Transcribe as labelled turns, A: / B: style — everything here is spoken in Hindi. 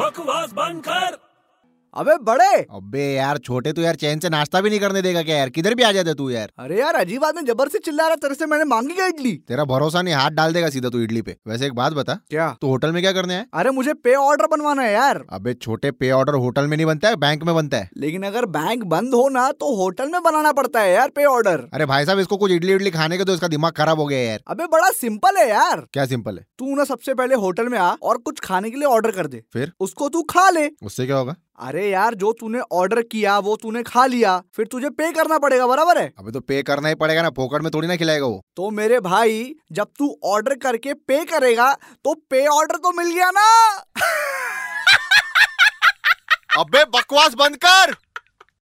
A: बकवास बंद कर
B: अबे बड़े
C: अबे यार छोटे तो यार चैन से नाश्ता भी नहीं करने देगा क्या यार किधर भी आ जाता तू यार
B: अरे यार अजीब आदमी जबर से चिल्ला रहा तेरे से मैंने मांगी क्या इडली
C: तेरा भरोसा नहीं हाथ डाल देगा सीधा तू इडली पे वैसे एक बात बता
B: क्या
C: तो होटल में क्या करने है
B: अरे मुझे पे ऑर्डर बनवाना है यार
C: अबे छोटे पे ऑर्डर होटल में नहीं बनता है बैंक में बनता है
B: लेकिन अगर बैंक बंद हो ना तो होटल में बनाना पड़ता है यार पे ऑर्डर
C: अरे भाई साहब इसको कुछ इडली इडली खाने के तो इसका दिमाग खराब हो गया है यार
B: अबे बड़ा सिंपल है यार
C: क्या सिंपल है
B: तू ना सबसे पहले होटल में आ और कुछ खाने के लिए ऑर्डर कर दे
C: फिर?
B: उसको तू खा ले
C: उससे क्या होगा
B: अरे यार जो तूने ऑर्डर किया वो तूने खा लिया फिर तुझे पे करना पड़ेगा बराबर है
C: अबे तो पे करना ही पड़ेगा ना फोकट में थोड़ी ना खिलाएगा वो
B: तो मेरे भाई जब तू ऑर्डर करके पे करेगा तो पे ऑर्डर तो मिल गया ना
C: अबे बकवास बंद कर